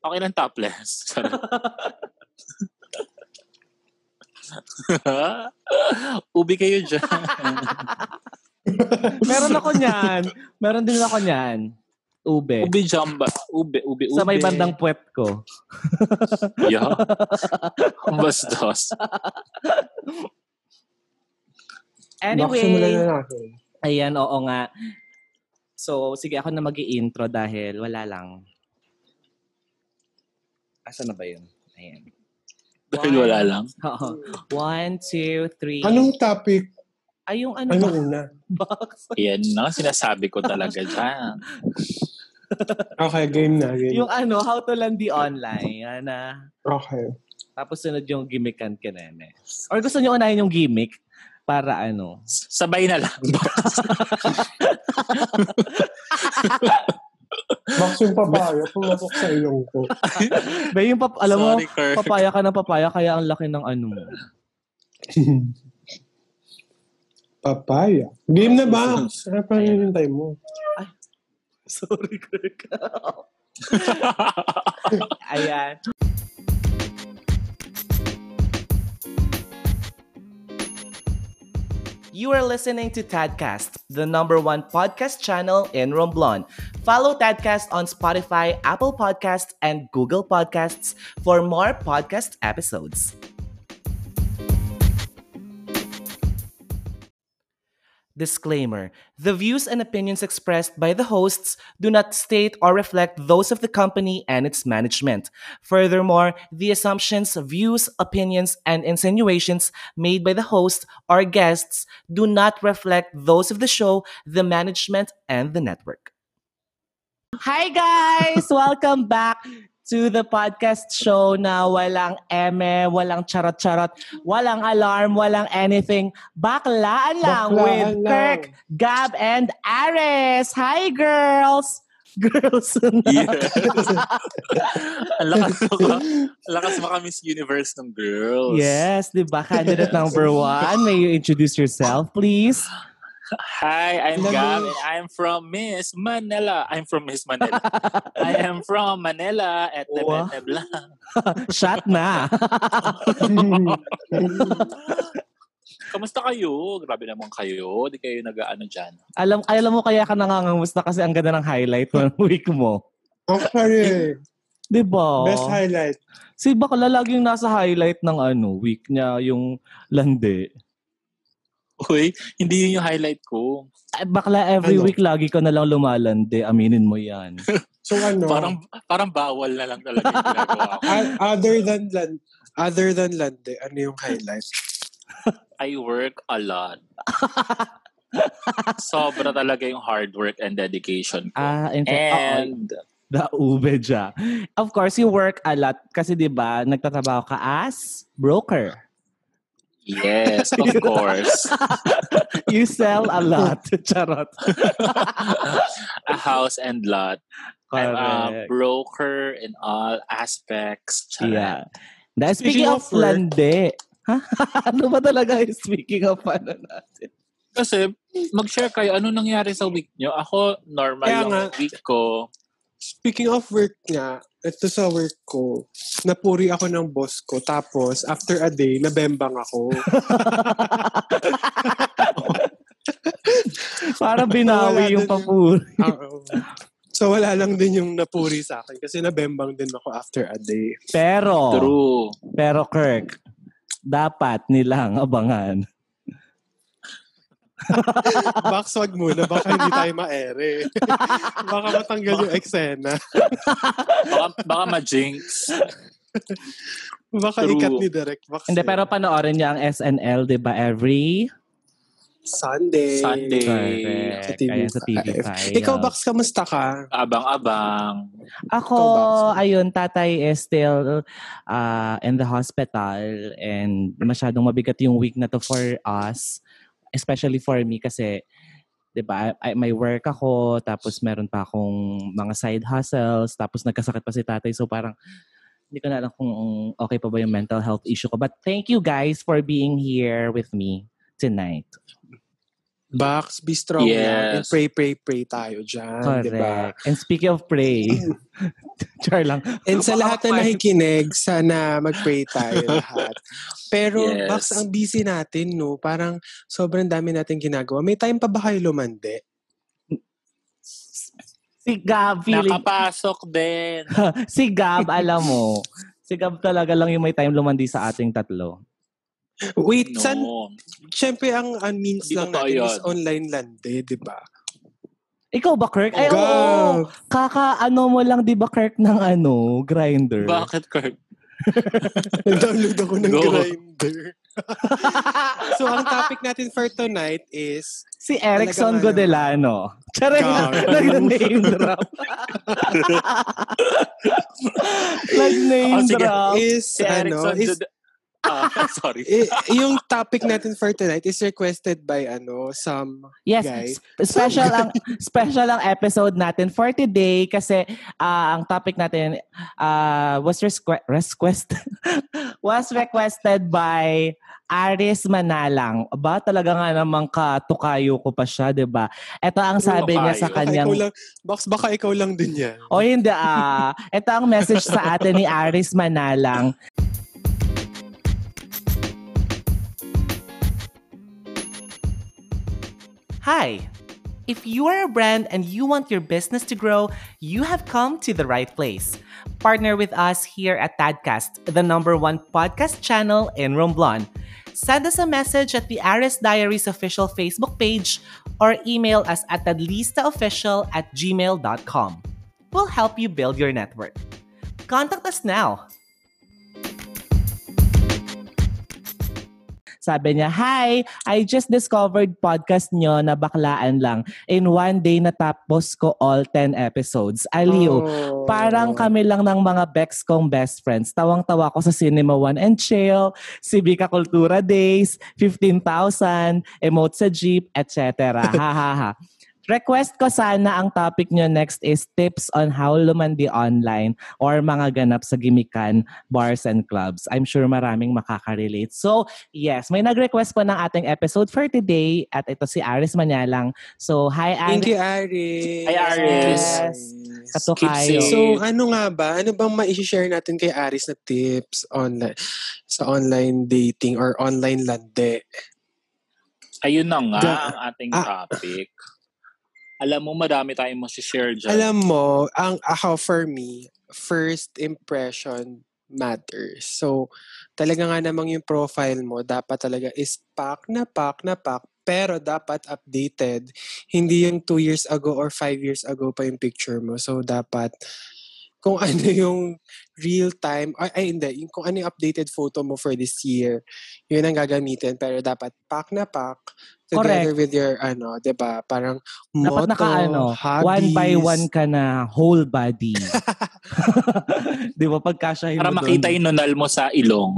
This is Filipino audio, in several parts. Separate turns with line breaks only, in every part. Okay ng topless. Charot. Ubi kayo dyan.
Meron ako niyan. Meron din ako niyan. Ube.
Ubi jamba. Ube, ube, ube.
Sa may bandang puwet ko.
Yeah. Bastos.
Anyway.
Simulan na natin.
Ayan, oo nga. So, sige ako na mag intro dahil wala lang. Asa na ba yun? Ayan.
Dahil wala lang.
Oo. One, two, three.
Anong Ano topic?
Ay, yung ano,
Ano
ba?
una?
box?
Yan na, sinasabi ko talaga dyan.
Okay, game na. Game.
yung ano, how to landi online. Yan na.
Okay.
Tapos sunod yung gimmickan kanene. Or gusto nyo unahin yung gimmick para ano?
Sabay na lang.
Box yung papaya, pumasok sa ilong ko.
Ba, yung pap- alam mo,
Sorry, Kirk.
papaya ka ng papaya, kaya ang laki ng ano mo.
papaya. Game na ba? Ano pa hinihintay mo?
Sorry, Kirk. Ayan. You are listening to Tadcast, the number one podcast channel in Romblon. Follow Tadcast on Spotify, Apple Podcasts, and Google Podcasts for more podcast episodes. Disclaimer The views and opinions expressed by the hosts do not state or reflect those of the company and its management. Furthermore, the assumptions, views, opinions, and insinuations made by the host or guests do not reflect those of the show, the management, and the network. Hi, guys! Welcome back to the podcast show na walang eme, walang charot-charot, walang alarm, walang anything. Baklaan lang with
Baklaan lang.
Kirk, Gab, and Ares. Hi, girls! Girls na.
Yes. Ang lakas maka, lakas maka Miss Universe ng girls.
Yes, di ba? Candidate number one. May you introduce yourself, please?
Hi, I'm
Hello.
Gab and I'm from Miss Manila. I'm from Miss Manila. I am from Manila at the
Wow. Shot na.
Kamusta kayo? Grabe naman kayo. Di kayo nag-ano dyan.
alam, alam mo kaya ka nangangamusta kasi ang ganda ng highlight ng week mo.
Actually,
Di ba?
best highlight.
Si Bakla laging nasa highlight ng ano, week niya yung landi.
Uy, hindi yun yung highlight ko.
Ay, Eh, Bakla, every
Ano?
week lagi ka nalang lumalandi. Aminin mo yan.
So ano,
Parang parang bawal na lang talaga yung ginagawa ko.
o- other than land, other than lande, ano yung highlight?
I work a lot. Sobra talaga yung hard work and dedication ko.
Ah, in fact, oo,
And
the ube dya. Of course, you work a lot kasi di ba, nagtatrabaho ka as broker.
yes, of course,
You sell a lot. Charot.
a house and lot. I'm
ah,
a broker in all aspects. Charot.
Yeah. Dahil speaking, of,
Speaking of work-
lande, ha? ano ba talaga yung speaking of ano natin?
Kasi, mag-share kayo, ano nangyari sa week nyo? Ako, normal
Kaya
yung
nga.
week ko.
Speaking of work nga, ito sa work ko, napuri ako ng boss ko. Tapos, after a day, nabembang ako.
Para binawi
Wala
yung
dun yung-
papuri.
Oo. so, wala lang din yung napuri sa akin kasi nabembang din ako after a day.
Pero,
True.
pero Kirk, dapat nilang abangan.
Backswag muna, baka hindi tayo maere. baka matanggal yung eksena.
Baka, baka ma-jinx.
Baka
True.
ikat ni Direct Box.
Hindi,
eh.
pero panoorin niya ang SNL, di ba? Every
Sunday.
Sunday.
Correct.
Sa TV5.
Ayan, sa TV5.
Ikaw, Bax, kamusta ka?
Abang-abang.
Ako,
Ikaw, Babs?
ayun, tatay is still uh, in the hospital and masyadong mabigat yung week na to for us. Especially for me kasi, di ba, I- may work ako, tapos meron pa akong mga side hustles, tapos nagkasakit pa si tatay. So parang, hindi ko na alam kung okay pa ba yung mental health issue ko. But thank you guys for being here with me tonight.
Box, be strong
Yes.
lang, and pray, pray, pray tayo dyan, di ba?
Correct. And speaking of pray, char lang.
And sa lahat na
Baka-
nakikinig, sana mag-pray tayo lahat. Pero,
Yes.
Box, ang busy natin, no? Parang sobrang dami natin ginagawa. May time pa ba kayo lumande?
Si Gab, feeling,
Nakapasok din.
si Gab, alam mo, si Gab talaga lang yung may time lumandi sa ating tatlo.
Wait,
No.
san? Syempre, ang, ang means
Hindi
lang
totoo
natin
yun.
is online lande, di ba?
Ikaw ba, Kirk? Ay, oo.
Gab!
Kaka, ano mo lang, di ba, Kirk, ng ano, grinder?
Bakit, Kirk?
Nag-download ako ng
Go.
grinder. so, ang topic natin for tonight is
si Erickson
Talaga nga
Godelano. Charing na,
Gab.
nag-name drop. nag-name
Oh, sige.
drop.
is
Si
ano
Erickson
is
Jud- Ah, sorry.
i- yung topic natin for tonight is requested by ano some
Yes,
guys.
sp- special ang special ang episode natin for today kasi ah, ang topic natin ah, was resque- request was requested by Aris Manalang. Ba talaga nga namang katukayo ko pa siya, 'di ba? Ito ang sabi niya
Tukayo.
sa
Baka ikaw
kanyang
lang, box baka ikaw lang din yan.
O hindi ah. Ito ang message sa atin ni Aris Manalang. Hi. If you are a brand and you want your business to grow, you have come to the right place. Partner with us here at Tadcast, the number one podcast channel in Romblon. Send us a message at the Aris Diaries official Facebook page or email us at tadlistaofficial at gmail.com. We'll help you build your network. Contact us now. Sabi niya, Hi, I just discovered podcast nyo na baklaan lang. In one day natapos ko all 10 episodes. Aliw,
Oh.
parang kami lang ng mga Bex kong best friends. Tawang-tawa ko sa Cinema One and Chill, Civica Cultura Days, 15,000, Emote sa Jeep, etc. ha ha ha. Request ko sana ang topic nyo next is tips on how lumandi online or mga ganap sa gimikan, bars and clubs. I'm sure maraming makaka-relate. So, yes, may nag-request po ng ating episode for today at ito si Aris Manyalang. So, hi Aris.
Thank you, Aris.
Hi, Aris.
Yes.
Keep
Katukayo.
safe.
So, ano nga ba? Ano bang mai-share natin kay Aris na tips online sa online dating or online lande?
Ayun na nga
Ga-
ang ating
Ah.
topic. Alam mo, madami tayong masishare dyan.
Alam mo, ang ako for me, first impression matters. So, talaga nga namang yung profile mo, dapat talaga is pack na pack na pack, pero dapat updated. Hindi yung two years ago or five years ago pa yung picture mo. So, dapat kung ano yung real time, ay, ay hindi, yung kung ano yung updated photo mo for this year, yun ang gagamitin. Pero dapat pack na pack, together with your, ano, 'di ba parang
Dapat
motto,
naka ano,
hobbies.
one by one ka na, whole body. Di ba? Pagkasyahin
Para
mo
makita
doon.
yung nunal mo sa ilong.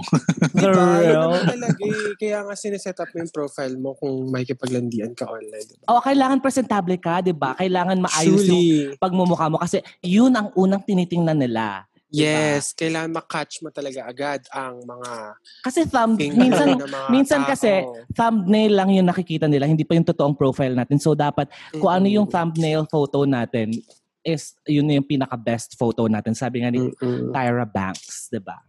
Girl.
Diba? Ano naman talaga eh. Kaya nga sineset up mo yung profile mo kung makikipaglandian ka online. Diba?
Oo, Oh, kailangan presentable ka, di ba? Kailangan maayos yung
Truly.
pagmumukha mo kasi yun ang unang tinitingnan nila.
Yes, kailangan makatch mo talaga agad ang mga
Kasi thumb,
finger
minsan
ng mga
minsan
tao.
kasi, thumbnail lang yung nakikita nila, hindi pa yung totoong profile natin. So dapat kung ano yung
Mm-mm.
thumbnail photo natin is yun na yung pinaka best photo natin. Sabi nga ni
Mm.
Mm-mm.
Tyra Banks, di ba?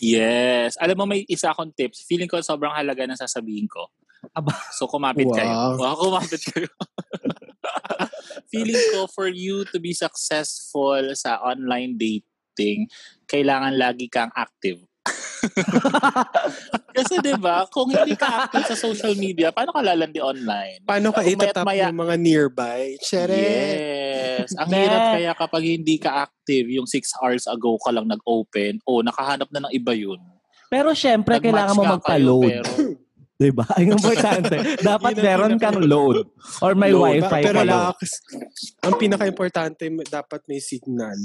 Yes. Alam mo, may isa akong tips. Feeling ko sobrang halaga na sasabihin ko.
Aba.
So, kumapit
Wow.
kayo. Wow, kumapit kayo. Feeling ko for you to be successful sa online dating, kailangan lagi kang active. Kasi 'di ba, kung hindi ka active sa social media, paano ka lalandi online?
Paano ka
Maya't
itatap
maya.
yung mga nearby? Chere.
Yes. Ang
Be.
hirap kaya kapag hindi ka active, yung 6 hours ago ka lang nag-open, o nakahanap na ng iba yun.
Pero syempre,
Nag-match
kailangan mo
ka kayo,
magpa-load.
pero-
Diba? Ang importante. Dapat
Yun ang
meron
pinaka-
kang load. Or may
Load.
wifi
Pero
ka lang.
lakas. Ang pinaka-importante, dapat may signal.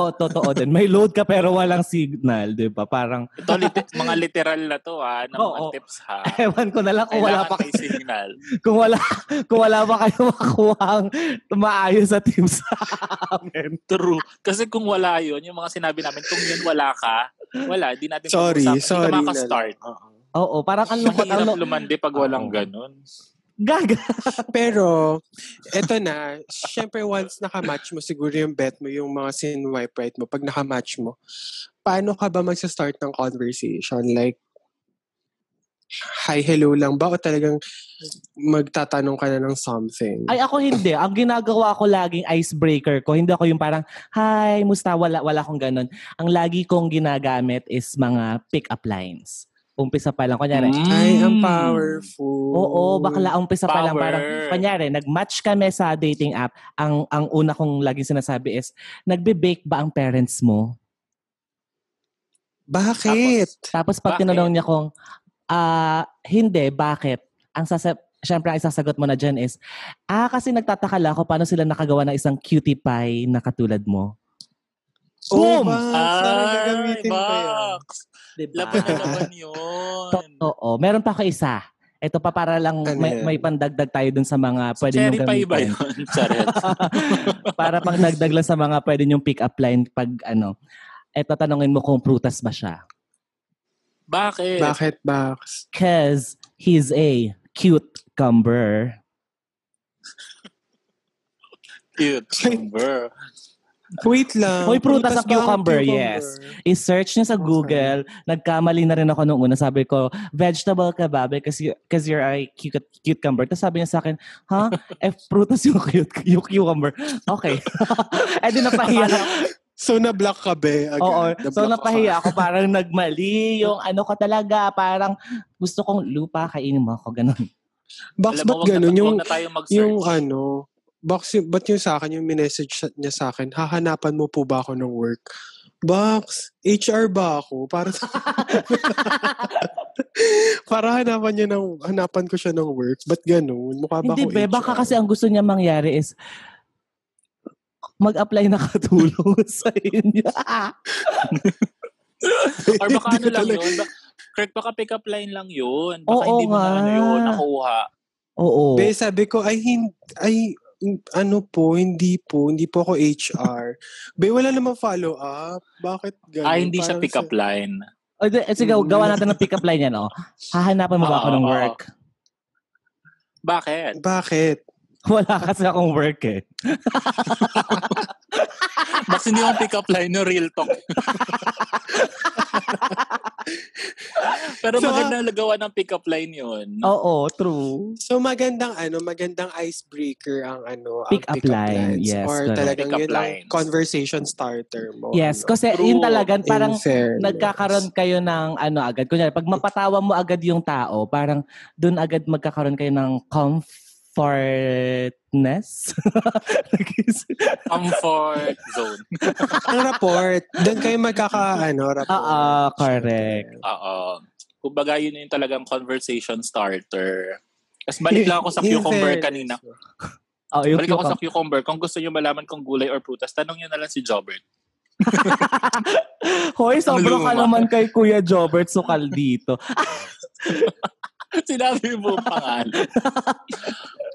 Oo, Oh, totoo din. May load ka pero walang signal, di ba? Parang,
Ito, lit- mga literal na to ha, ng mga
Oo.
tips ha.
ewan ko na lang kung wala
Ah. Kailangan
pa,
may signal.
kung wala, kung wala pa kayo makuha ang maayos sa team sa amin.
True. Kasi kung wala yun, yung mga sinabi namin, kung yun wala ka, wala, di natin
Sorry,
pag-usapan. Hindi ka
sorry. na lang.
makastart.
Oo.
Oo, parang ang
Ang
lungkot. ang
hirap
lu-
lumandi pag walang ganun.
Gaga.
Pero, eto na, syempre once nakamatch mo, siguro yung bet mo, yung mga sinwipe right mo, pag nakamatch mo, paano ka ba magsa-start ng conversation? Like, hi, hello lang ba? O talagang magtatanong ka na ng something?
Ay, ako hindi. Ang ginagawa ko laging icebreaker ko. Hindi ako yung parang, hi, musta? Wala, wala akong ganun. Ang lagi kong ginagamit is mga pick-up lines. Umpisa pa lang. Kunyari,
Mm.
Ay, ang powerful.
Oo, bakla umpisa pa lang
Power.
parang kanyari nag-match kami sa dating app. Ang ang una kong laging sinasabi is nagbe-bake ba ang parents mo?
Bakit?
Tapos pag
Bakit?
tinanong niya kung ah hindi, bakit? Ang sasa Siyempre, ang isasagot mo na dyan is, ah, kasi nagtataka lang ako paano sila nakagawa ng isang cutie pie na katulad mo.
Oh
Oo,
Boom!
ba? Sana
Ay,
gagamitin ko yan.
box.
Diba?
Laban na laban yun.
Totoo. Meron pa ako isa. Ito pa para lang
Ano
may,
yan?
may pandagdag tayo dun sa mga pwede
Cherry
niyong
pie
gamitin.
ba yun? Charot.
para pangdagdag lang sa mga pwede niyong pick up line pag ano. Eto, tanongin mo kung prutas ba siya.
Bakit?
Bakit, Bax?
Cause he's a cucumber.
Cute. Cucumber.
Wait lang.
Hoy, prutas ang
ba ang
cucumber, yes. I-search niya sa
Okay.
Google. Nagkamali na rin ako nung una. Sabi ko, vegetable ka ba? Because, you, because you're a cuc- cucumber. Tapos sabi niya sa akin, ha? Eh, prutas yung, cute, yung cucumber. Okay. Eh, di napahiya.
So, na-block ka, be? Agad.
Oo.
Na-block
So,
ka.
napahiya ako. Parang nagmali yung ano ko talaga. Parang gusto kong lupa, kainin mo ako. Ganun.
Bax,
Alam mo,
ba't
wag na-
ganun? Yung,
wag na tayo mag-search.
yung ano, Bax, yung- ba't yung sa akin, yung minessage sa- niya sa akin, hahanapan mo po ba ako ng work? Bax, HR ba ako? Para sa... Para hanapan niya ng, hanapan ko siya ng work. Ba't ganun? Mukha ba
Hindi
ako
be,
HR?
ah.
baka kasi ang gusto niya mangyari is mag-apply na katulong sa inyo.
Or baka
Hindi
ano
ko
lang
talaga-
yun. Ba- Kirk, baka pick up line lang yun. Baka
Oo
hindi mo na
nga.
ano yun, nakuha.
Oo.
Be, sabi ko, ay, hin- ay, mm, ano po, hindi po, hindi po ako HR. Be, wala namang follow-up. Bakit
Ay,
ganun?
Ah, hindi siya
Parang
pick up line.
O, di- eh, sige,
Mm.
gawa natin ng pick-up line yan, oh. Hahanapan mo ba ako
Oo,
ng
oo.
work?
Bakit?
Bakit?
Wala kasi akong work eh.
Bakit hindi yung pick up line no real talk? Pero
So,
maganda nagawa ng pick up line yun.
Oo, true.
So magandang ano, magandang icebreaker ang ano, ang
Pick-up
pick-up
line,
lines.
yes,
Or
correct.
talagang
Pick-up
yun ang
lines.
conversation starter mo.
Yes,
ano.
kasi
True.
yun talaga,
In
parang
fairness.
nagkakaroon kayo ng ano agad. Kunyari, pag mapatawa mo agad yung tao, parang dun agad magkakaroon kayo ng comfortness.
Comfort zone.
ang report, doon kayo magkaka ano, report.
Oo, correct.
Oo. Kumbaga, yun yung talagang conversation starter. Tapos balik lang ako sa cucumber kanina.
Oh, yung
Balik ako
cucumber.
sa cucumber. Kung gusto nyo malaman kung gulay or prutas, tanong nyo na lang si Jobert.
Hoy, sobrang
luma.
ka naman kay Kuya Jobert Sukal dito.
Sinabi mo yung pangalan.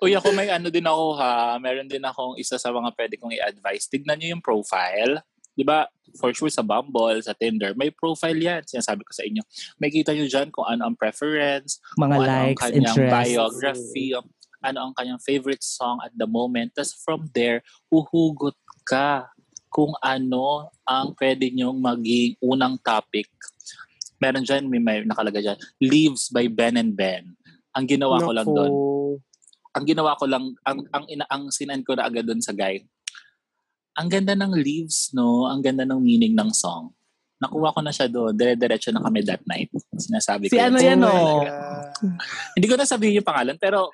Uy, ako may ano din ako ha. Meron din akong isa sa mga pwede kong i-advise. Tignan nyo yung profile. Di ba? For sure sa Bumble, sa Tinder, may profile yan. Sinasabi ko sa inyo. May kita nyo dyan kung ano ang preference, kung
Mga
ano ang
likes,
kanyang
interests.
biography, ano ang kanyang favorite song at the moment. Tapos from there, uhugot ka kung ano ang pwede niyong maging unang topic. Meron dyan, may, may nakalagay dyan, Leaves by Ben and Ben. Ang ginawa ko lang doon, ang ginawa ko lang, ang, ang, ina, ang sinan ko na agad doon sa guy, ang ganda ng leaves, no? Ang ganda ng meaning ng song. Nakuha ko na siya doon. Dire-diretso na kami that night. Sinasabi
Si
ko. yun.
ano yan, oh.
Hindi ko na sabihin yung pangalan, pero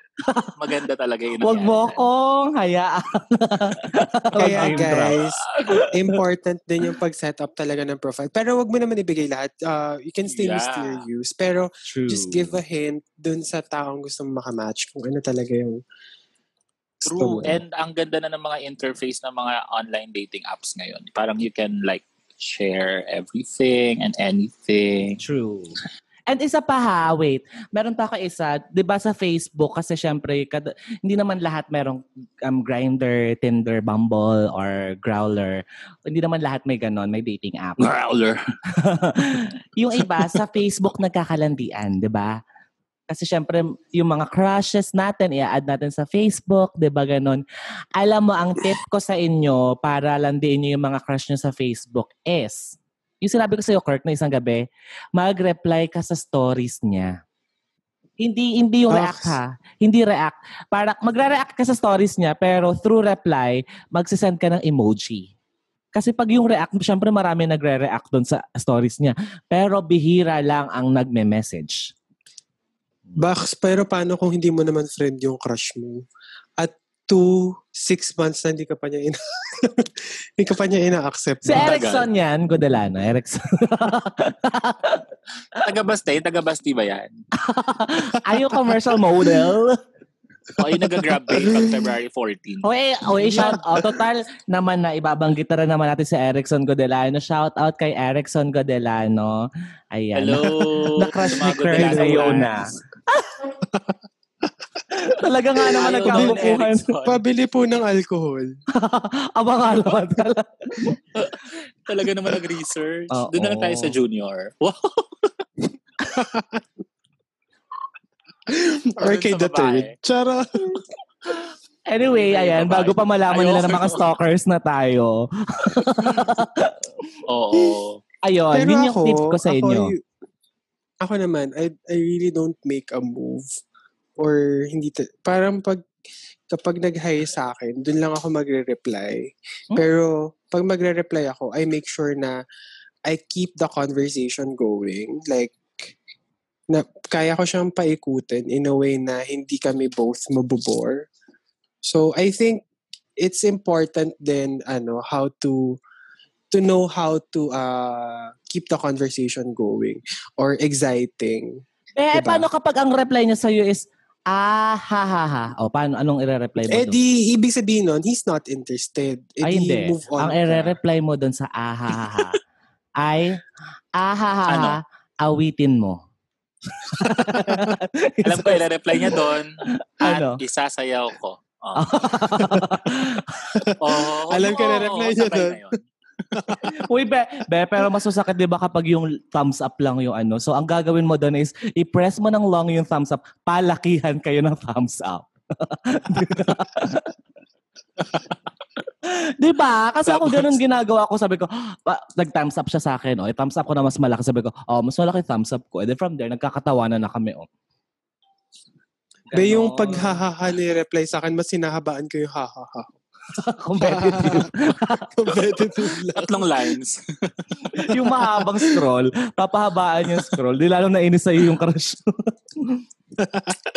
maganda talaga yun.
Huwag mo akong hayaan.
Kaya
Name drop.
guys, important din yung pag-set up talaga ng profile. Pero wag mo naman ibigay lahat. Uh, you can still use
Yeah.
your use. Pero
True.
just give a hint dun sa taong gusto mong makamatch kung ano talaga yung gusto
True.
mo.
And ang ganda na ng mga interface ng mga online dating apps ngayon. Parang you can like share everything and anything.
True. And isa pa ha, wait. Meron pa ako isa, 'di ba sa Facebook kasi syempre kad- hindi naman lahat merong um, Grinder, Tinder, Bumble or Growler. Hindi naman lahat may ganon, may dating app.
Growler.
yung iba sa Facebook nagkakalandian, 'di ba? Kasi syempre, yung mga crushes natin, i-add natin sa Facebook, di ba ganun? Alam mo, ang tip ko sa inyo para landiin nyo yung mga crush nyo sa Facebook is, yung sinabi ko sa'yo, Kirk, na isang gabi, mag-reply ka sa stories niya. Hindi, hindi yung
Ah.
react ha. Hindi react. Para magre-react ka sa stories niya, pero through reply, magsisend ka ng emoji. Kasi pag yung react, syempre marami nagre-react doon sa stories niya. Pero bihira lang ang nagme-message.
Bax, pero paano kung hindi mo naman friend yung crush mo? At two, six months na hindi ka pa niya ina hindi ka pa niya ina-accept.
Si
Tagal.
Erickson yan, Godelano. Erickson.
Taga-Bastay, taga-Basti ba yan?
Ay, yung commercial model.
O, yung nag-graduate pag February 14.
Oy, oy, shout out. Total naman na ibabanggit na rin naman natin si Erickson Godelano. Shout out kay Erickson Godelano. Ayan.
Hello!
Na-crush ni
Sumagot
Kurt
na sa
Leona.
brands.
Talaga nga
Ayaw din,
naman nagkakukuhan.
Erickson.
Pabili po ng alcohol.
Abang alaman talaga.
Talaga naman nag-research.
Oo.
Doon na lang tayo sa junior. Wow!
Or
Dun
kay
sa
the
babae.
third. Chara.
Anyway, ayan. Bago pa malaman nila na mga stalkers na tayo.
Oo.
Ayun,
Pero
yun yung
ako,
tip ko sa inyo.
Ako, y- ako naman, I, I really don't make a move. Or hindi, ta- parang pag, kapag nag-hire sa akin, dun lang ako magre-reply.
Hmm?
Pero pag magre-reply ako, I make sure na I keep the conversation going. Like, na kaya ko siyang paikutin in a way na hindi kami both mabobore. So, I think it's important then ano how to to know how to uh, keep the conversation going or exciting.
Eh,
Diba?
paano kapag ang reply niya sa'yo is, ah, ha, ha, ha. O, paano, anong i-reply mo
Eh
doon?
di, ibig sabihin nun, he's not interested. Eh
Ay,
di,
hindi.
move on.
Ang
ka.
i-reply mo doon sa ah, ha, ha, ha. ay, ah, ha, ha,
Ano?
ha, awitin mo.
Alam ko, ila-reply niya doon. At
Ano?
isasayaw ko. Oo. Oo.
Alam ko,
Oo,
ire-reply niya
sabay
doon.
na yun.
Uy, be, be, pero mas masakit di ba kapag yung thumbs up lang yung ano. So, ang gagawin mo doon is, i-press mo ng long yung thumbs up, palakihan kayo ng thumbs up. di ba? Kasi ako ganun ginagawa ko. Sabi ko, "Ah, nag-thumbs up siya sa akin. Oh. I-thumbs up ko na mas malaki. Sabi ko, oh, mas malaki thumbs up ko. And then from there, nagkakatawanan na kami. Oh.
Ba yung
Ganon.
paghahaha ni reply sa akin, mas sinahabaan ko yung hahaha.
Competitive.
Competitive lang.
Tatlong lines.
yung mahabang scroll, papahabaan yung scroll. Di lalo nainis sa'yo yung crush. mo.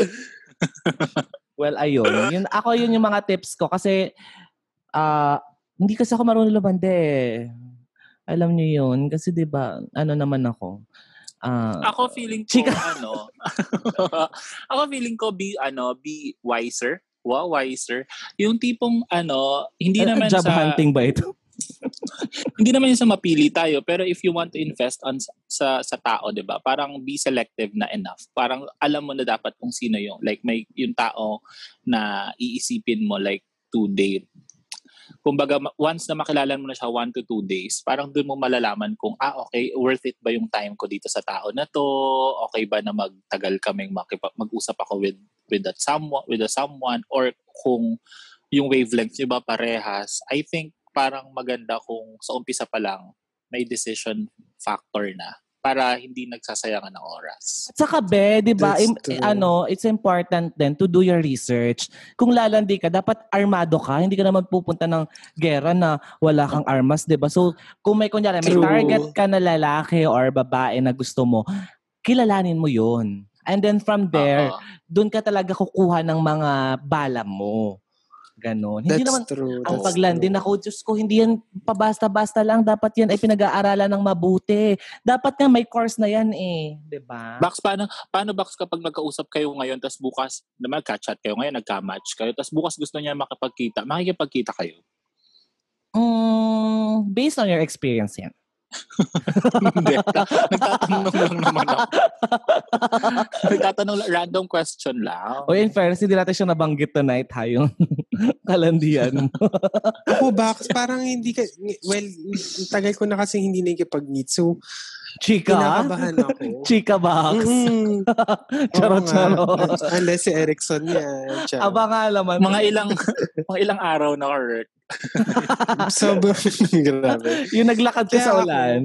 well, ayun. Yun, ako yun yung mga tips ko kasi ah, hindi kasi ako marunong lumande eh. Alam niyo yun. Kasi di ba ano naman ako. Ah,
Ako feeling ko,
Chika.
ano, ako feeling ko be, ano, be wiser. Wow, wiser. Yung tipong, ano, hindi
ano,
naman
job
sa,
hunting ba ito?
hindi naman yung sa mapili tayo, pero if you want to invest on s- sa sa tao, 'di ba? Parang be selective na enough. Parang alam mo na dapat kung sino yung like may yung tao na iisipin mo like to date. Kumbaga ma- once na makilala mo na siya one to two days, parang doon mo malalaman kung ah okay, worth it ba yung time ko dito sa tao na to? Okay ba na magtagal kaming makipa- mag-usap ako with with that someone with a someone or kung yung wavelength nyo ba parehas, I think parang maganda kung sa umpisa pa lang may decision factor na para hindi nagsasayangan ng oras.
At saka be, di ba,
That's
im-
true.
ano, it's important then to do your research. Kung lalandi ka, dapat armado ka. Hindi ka naman pupunta ng gera na wala kang armas, di ba? So, kung may kunyari, may
True.
target ka na lalaki or babae na gusto mo, kilalanin mo yon And then from there,
Oo.
doon ka talaga kukuha ng mga bala mo. Ganon. Hindi
That's
naman
true.
ang
that's
paglandin
true.
ako, Diyos ko, hindi yan pabasta-basta lang. Dapat yan ay pinag-aaralan ng mabuti. Dapat nga may course na yan eh. di ba?
Bax, paano, paano Bax kapag nagkausap kayo ngayon tapos bukas na magka-chat kayo ngayon, nagka-match kayo tapos bukas gusto niya makipagkita, makikipagkita kayo.
Mm, based on your experience yan.
Hindi. Nagtatanong lang naman ako. Nagtatanong lang, random question lang.
O in fairness, hindi natin siya nabanggit tonight ha, yung kalandian mo.
Ako ba, parang hindi ka, well, tagal ko na kasi hindi nakikipag-meet. So,
Chika?
kinakabahan ako.
Chika box.
Mm-hmm.
Mhm.
Charot,
Oo nga.
charot.
Unless si Erickson niya. Charot.
Aba nga laman.
Mga ilang mga ilang araw na correct.
Sobrang grabe.
Yung naglakad ka
Kaya
sa
ako-
ulan.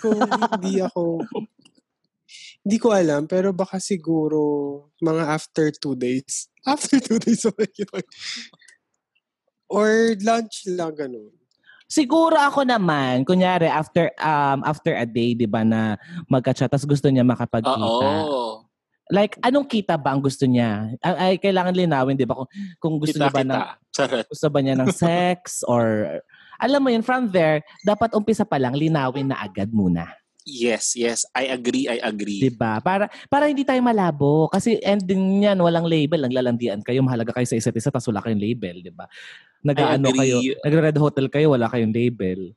Kung hindi ako, hindi ko alam, pero baka siguro mga after two days. After two days, ako nakikipag- Or lunch lang, ganun.
Siguro ako naman, kunyari after um after a day, 'di ba, na magka-chat tas gusto niya makapagkita.
Oo.
Like anong kita ba ang gusto niya? Ay, ay, kailangan linawin, 'di ba, kung, kung gusto niya ba
Kita-kita.
ng
Charot.
gusto ba niya ng sex or alam mo yun, from there, dapat umpisa pa lang, linawin na agad muna.
Yes, yes. I agree, I agree.
Diba? Para, para hindi tayo malabo. Kasi ending niyan, walang label. Naglalandian kayo, mahalaga kayo sa isa't isa, tapos wala kayong label, di ba? Nag-ano
agree.
kayo, nag-red hotel kayo, wala kayong label.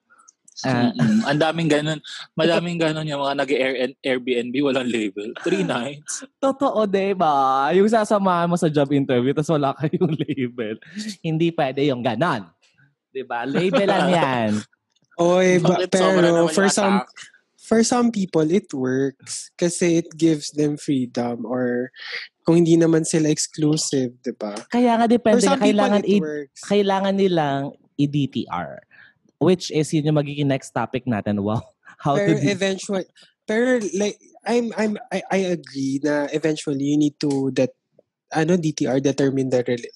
Ah.
Mm-mm. Ang daming ganun. Madaming ganun yung mga nag-air Airbnb, walang label. Three nights.
Totoo, di ba? Yung sasamahan mo sa job interview, tapos wala kayong label. hindi pwede yung ganon. Di ba? Labelan yan.
Oy, ba,
Bakit sobra
pero
naman
for
yung
some
attack?
for some people it works kasi it gives them freedom or kung hindi naman sila exclusive, 'di ba?
Kaya nga,
For
depende.
some
nga,
people
Kailangan,
it
i-
works.
kailangan nilang i-DTR. Which is, yun yung magiging next topic natin. Wow. How to
Pero
DTR.
eventually pero like I'm I'm I, I agree na eventually you need to that ano DTR determine the rela-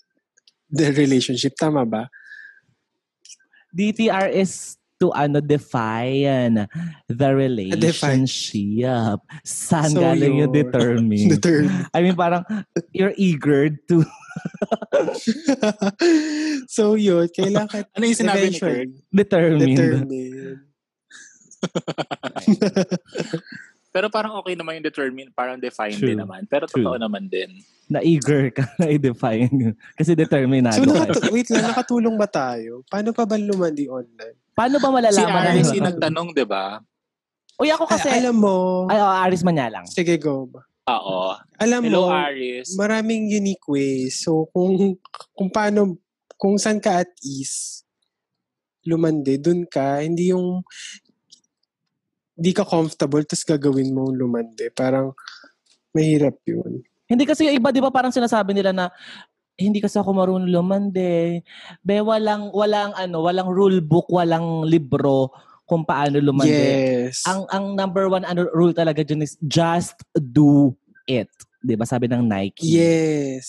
the relationship tama ba?
DTR is to ano define the
define.
relationship. Saan
So,
galing yung
yun.
determine?
Hmm.
The term.
I mean, parang you're eager to...
so yun, kailangan
Ano yung sinabi ni Kirk?
eventually
Determined.
determine.
Pero parang okay naman yung determine, parang define
True.
din naman. Pero
True.
totoo naman din.
Na eager ka na i-define. Kasi determinado
So,
ka.
nakatu- wait lang, nakatulong ba tayo? Paano pa ba lumandi online?
Paano ba
si
malalaman?
Aris
na-
yung nagtanong, di ba?
Uy, ako kasi...
Ay, ano? alam mo,
Ay, oh, Aris Manyalang.
sige go.
Oo.
Alam
Hello,
mo,
Aris.
maraming unique ways. So, kung, kung paano, kung saan ka at ease, lumandi, dun ka, hindi yung, di ka comfortable, tapos gagawin mo lumandi. Parang, mahirap yun.
Hindi kasi yung iba, di ba, parang sinasabi nila na "Eh, hindi kasi ako marunong lumande. Be, walang, walang, ano, walang rule book, walang libro kung paano lumande.
Yes.
ang ang number one ano, rule talaga dyan is just do it. 'Di ba Sabi ng Nike.
yes.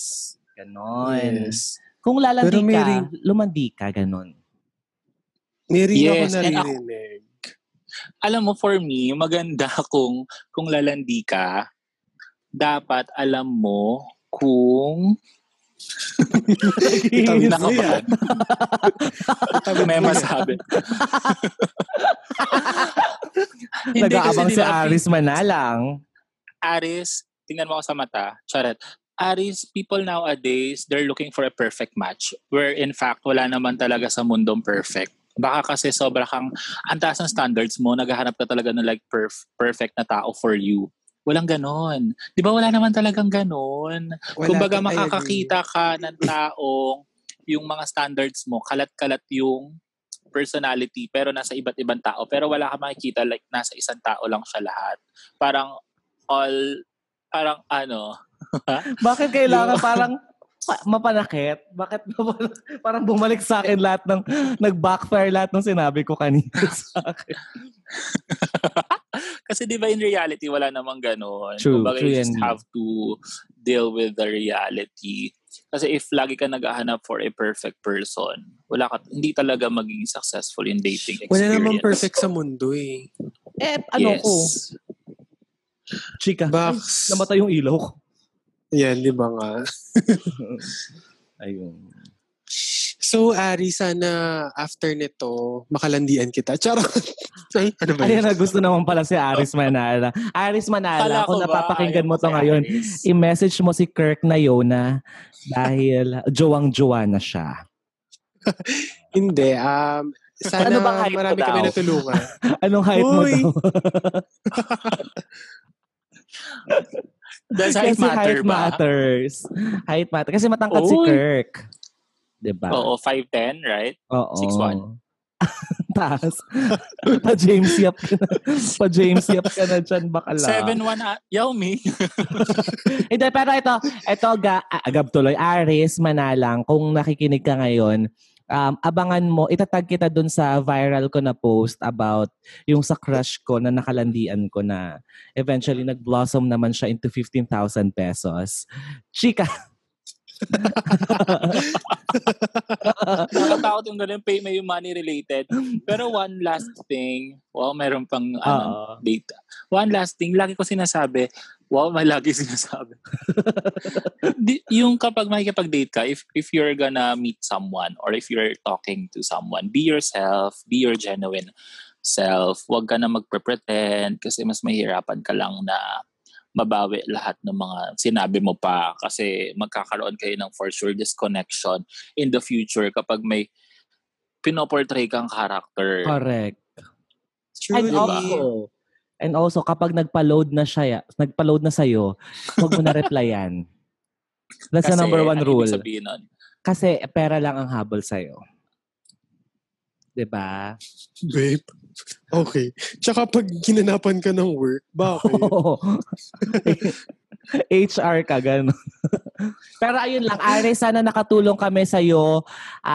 Ganon.
Yes.
Kung lalandi
Pero may
ka,
ring-
lumandi ka, ganon.
May rin
Yes,
ako
and ako-
naririnig.
Alam mo, for me, maganda kung, kung lalandi ka, dapat alam mo kung
Itawid mo yan.
nakabahan.
Itawid
May
mo yan.
masabi. Hindi,
Nag-aabang
kasi
si
di ba,
Aris Manalang.
Aris, tingnan mo ako sa mata, charot. Aris, people nowadays, they're looking for a perfect match. Where in fact, wala naman talaga sa mundong perfect. Baka kasi sobra kang, ang taas ng standards mo, naghahanap ka talaga ng like perf- perfect na tao for you. Walang ganon. Di ba wala naman talagang ganon?
Wala
Kumbaga
to, I agree.
makakakita ka ng taong yung mga standards mo, kalat-kalat yung personality pero nasa iba't ibang tao. Pero wala ka makikita like nasa isang tao lang siya lahat. Parang all, parang ano,
Bakit kailangan parang pa- mapanakit? Bakit mapala- parang bumalik sa akin lahat ng, nag-backfire lahat ng sinabi ko kanina sa akin.
kasi di ba in reality wala namang ganun.
True,
Kumbaga
true
you just
yan.
have to deal with the reality. Kasi if lagi ka naghahanap for a perfect person, wala ka, hindi talaga magiging successful in dating experience.
Wala namang perfect sa mundo eh.
Eh, ano ko?
Yes.
Chika. Ay,
Box.
namatay yung ilaw ko.
Yan, di ba nga?
Ayun.
So, Ari, sana after nito, makalandian kita. Charot! Ay, ano ba
Ayan na,
yun?
gusto naman pala si Aris Manala. Aris Manala,
Kala
kung
ko ba,
napapakinggan
ayaw
mo
ko
to
si
ngayon,
Aris.
i-message mo si Kirk na Yona dahil jowang-jowa na siya.
Hindi. Um, sana
Ano bang hype mo
marami kami
daw?
natulungan.
Anong hype mo
Uy!
daw?
Does height
Kasi
matter
height
ba?
matters. Height matters. Kasi matangkad si
Uy.
Kirk. Diba?
Oo, 5'10", right?
Oo.
6'1".
Taas. pa James Yap ka na. Pa James Yap ka na dyan, bakala.
7'1", ah, Yao Ming.
Hindi, pero ito, ito, ga, ah, agab tuloy, Aris, Manalang, kung nakikinig ka ngayon, um, abangan mo, itatag kita dun sa viral ko na post about yung sa crush ko na nakalandian ko na eventually nag-blossom naman siya into 15,000 pesos. Chika!
Nakatakot yung ganun, pay may money related. Pero one last thing, wow, meron pang ano,
Oo.
data. One last thing, lagi ko sinasabi, wow, may lagi sinasabi. Di- yung kapag makikipag-date ka, if, if you're gonna meet someone or if you're talking to someone, be yourself, be your genuine self. Huwag ka na magpre-pretend kasi mas mahirapan ka lang na mabawi lahat ng mga sinabi mo pa kasi magkakaroon kayo ng for sure disconnection in the future kapag may pinoportray kang character.
Correct. And
Truly.
also, and also, kapag nagpa-load na siya, nagpa-load na sa'yo, huwag mo na replyan. That's the number
ang
one
ibig
rule.
sabihin nun,
Kasi pera lang ang habol sa'yo. Diba? 'Di ba?
Babe. Okay. Tsaka pag ginanapan ka ng work, bakit?
Oo. HR ka, gano'n. Pero ayun lang, Ari, sana nakatulong kami sa'yo.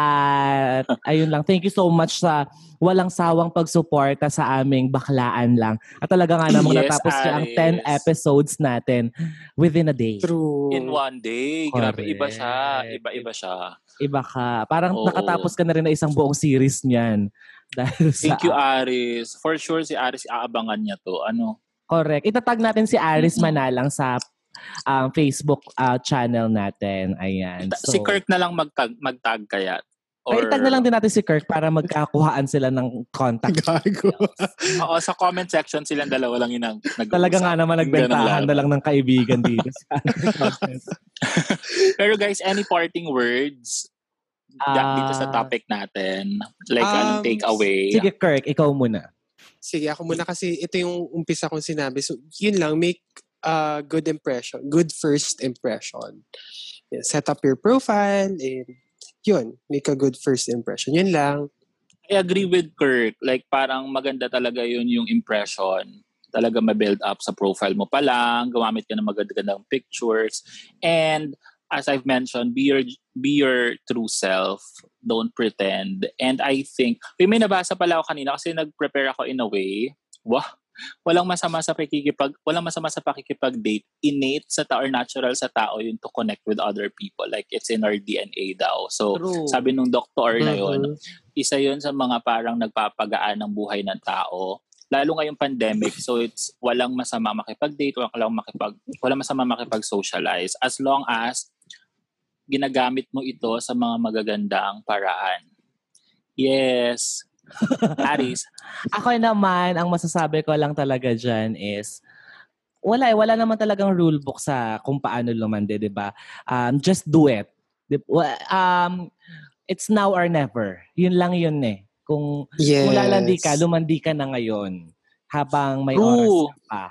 At ayun lang, thank you so much sa walang sawang pagsuporta sa aming baklaan lang. At talaga nga namang
Yes,
natapos ka ang 10
Aris.
episodes natin within a day.
True.
in one day, grabe,
Correct.
iba siya. Iba-iba siya.
Iba ka. Parang
Oo.
nakatapos ka na rin na isang buong series niyan. Dahil sa
Thank you, Aris. For sure, si Aris, aabangan niya to. Ano?
Correct. Itatag natin si Aris
Mhm.
Manalang sa um, Facebook uh, channel natin. Ayan.
Ta- si
So,
Kirk na lang magtag, magtag kaya.
Ay, itag na lang din natin si Kirk para magkakuhaan sila ng contact.
Gago.
Oo, sa comment section silang dalawa lang yun ang nag-uusap.
Talaga nga naman
Ganun
nagbentahan na lang ng kaibigan dito. sa ating podcast.
Pero guys, any parting words da- dito sa
Ah.
topic natin? Like, anong
Um,
take away?
Sige Kirk, ikaw muna.
Sige, ako muna kasi ito yung umpisa kong sinabi. So, yun lang, make a good impression. Good first impression. Yun, Set up your profile and yun, make a good first impression. Yun lang.
I agree with Kirk. Like, parang maganda talaga yun yung impression. Talaga ma-build up sa profile mo pa lang. Gumamit ka ng magagandang pictures. And as I've mentioned, be your, be your true self. Don't pretend. And I think, uy, may nabasa pala ako kanina kasi nag-prepare ako in a way. Wah! Walang masama sa pakikipag walang masama sa pakikipag-date. Innate sa tao or natural sa tao yun to connect with other people. Like it's in our DNA daw. So,
True.
sabi nung doktor na yun,
Mhm.
isa yun sa mga parang nagpapagaan ng buhay ng tao. Lalo ngayong pandemic, so it's walang masama makipag-date, walang makipag walang masama makipag-socialize as long as ginagamit mo ito sa mga magagandang paraan. Yes. Aris,
Ako naman, ang masasabi ko lang talaga dyan is, wala eh, wala naman talagang rule book sa kung paano lumande, di ba? Um, just do it. Di- wa- Um, it's now or never. Yun lang yun eh. Kung,
Yes.
kung lalandi ka, lumandi ka na ngayon habang may
True.
oras ka pa.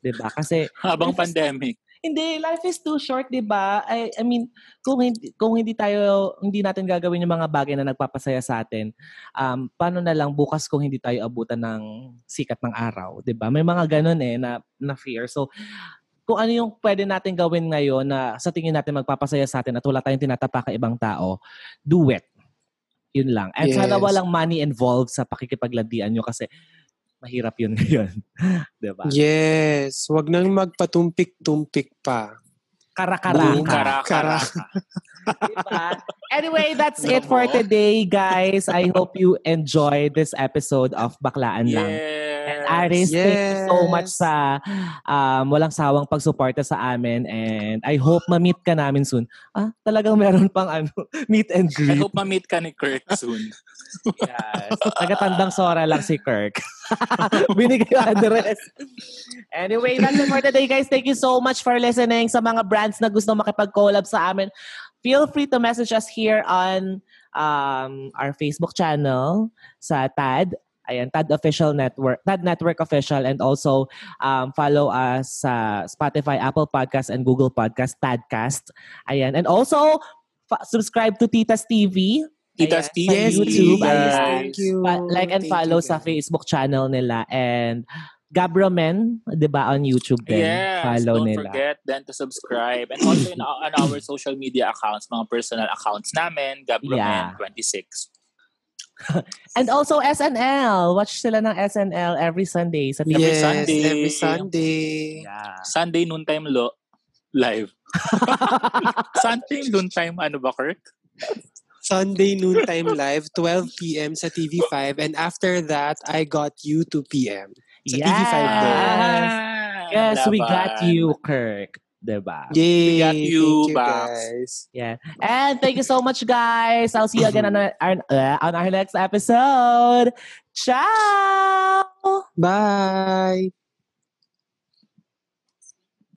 Di ba? Kasi,
habang
Life is-
pandemic,
hindi, life is too short, di ba? I, I mean, kung hindi, kung hindi tayo, hindi natin gagawin yung mga bagay na nagpapasaya sa atin, um, paano na lang bukas kung hindi tayo abutan ng sikat ng araw, di ba? May mga ganun eh, na, na fear. So, kung ano yung pwede natin gawin ngayon na sa tingin natin magpapasaya sa atin at wala tayong tinatapak ibang tao, do it. Yun lang. At sana
Yes.
walang money involved sa pakikipaglandian nyo kasi mahirap yun ngayon. di ba?
Yes. Huwag nang magpatumpik-tumpik pa.
Kara-karaka.
Boom, kara, kara.
Diba? Anyway, that's it
Alam
for
mo?
today, guys. I hope you enjoyed this episode of Baklaan Lang. And Aris, thank you so much
Yes.
sa um, walang sawang pagsuporta sa amin. And I hope ma-meet ka namin soon. Ah, talagang meron pang ano, meet
I
and greet.
hope ma-meet ka ni Kirk soon.
Yes. Tagatandang Sora lang si Kirk. Binigay yung address. Anyway, that's it for today, guys. Thank you so much for listening. Sa mga brands na gusto makipag-collab sa amin, feel free to message us here on um, our Facebook channel sa TAD. Ayan, TAD Official Network, TAD Network Official, and also um, follow us sa Spotify, Apple Podcast, and Google Podcast, TADcast. Ayan, and also fa- subscribe to Tita's TV.
Tita's
Ayan, sa
TV.
YouTube,
Yes.
ayan.
Thank you.
Pa- like and
Oh, Thank
follow
you,
sa
guys.
Facebook channel nila. And Gabromen, di ba, on YouTube din.
yes,
follow
don't
nila.
forget then to subscribe. And also in, on our social media accounts, mga personal accounts namin,
Yeah.
Gabromen26.
And also SNL. Watch sila ng SNL every Sunday sa
Every
yes,
Sunday.
every Sunday.
Yeah.
Sunday noon time lo, live. Sunday noon time, ano ba, Kirk?
Sunday noontime live, 12 p.m. sa TV5. And after that, I got you 2 p.m. Sa TV5 din.
Yes.
Ah,
Yes, we
laban.
got you, Kirk. Di ba?
We
Yay!
got you,
Thank you,
Bax.
guys.
Yeah. And thank you so much, guys. I'll see you again on our, uh, on our next episode. Ciao!
Bye!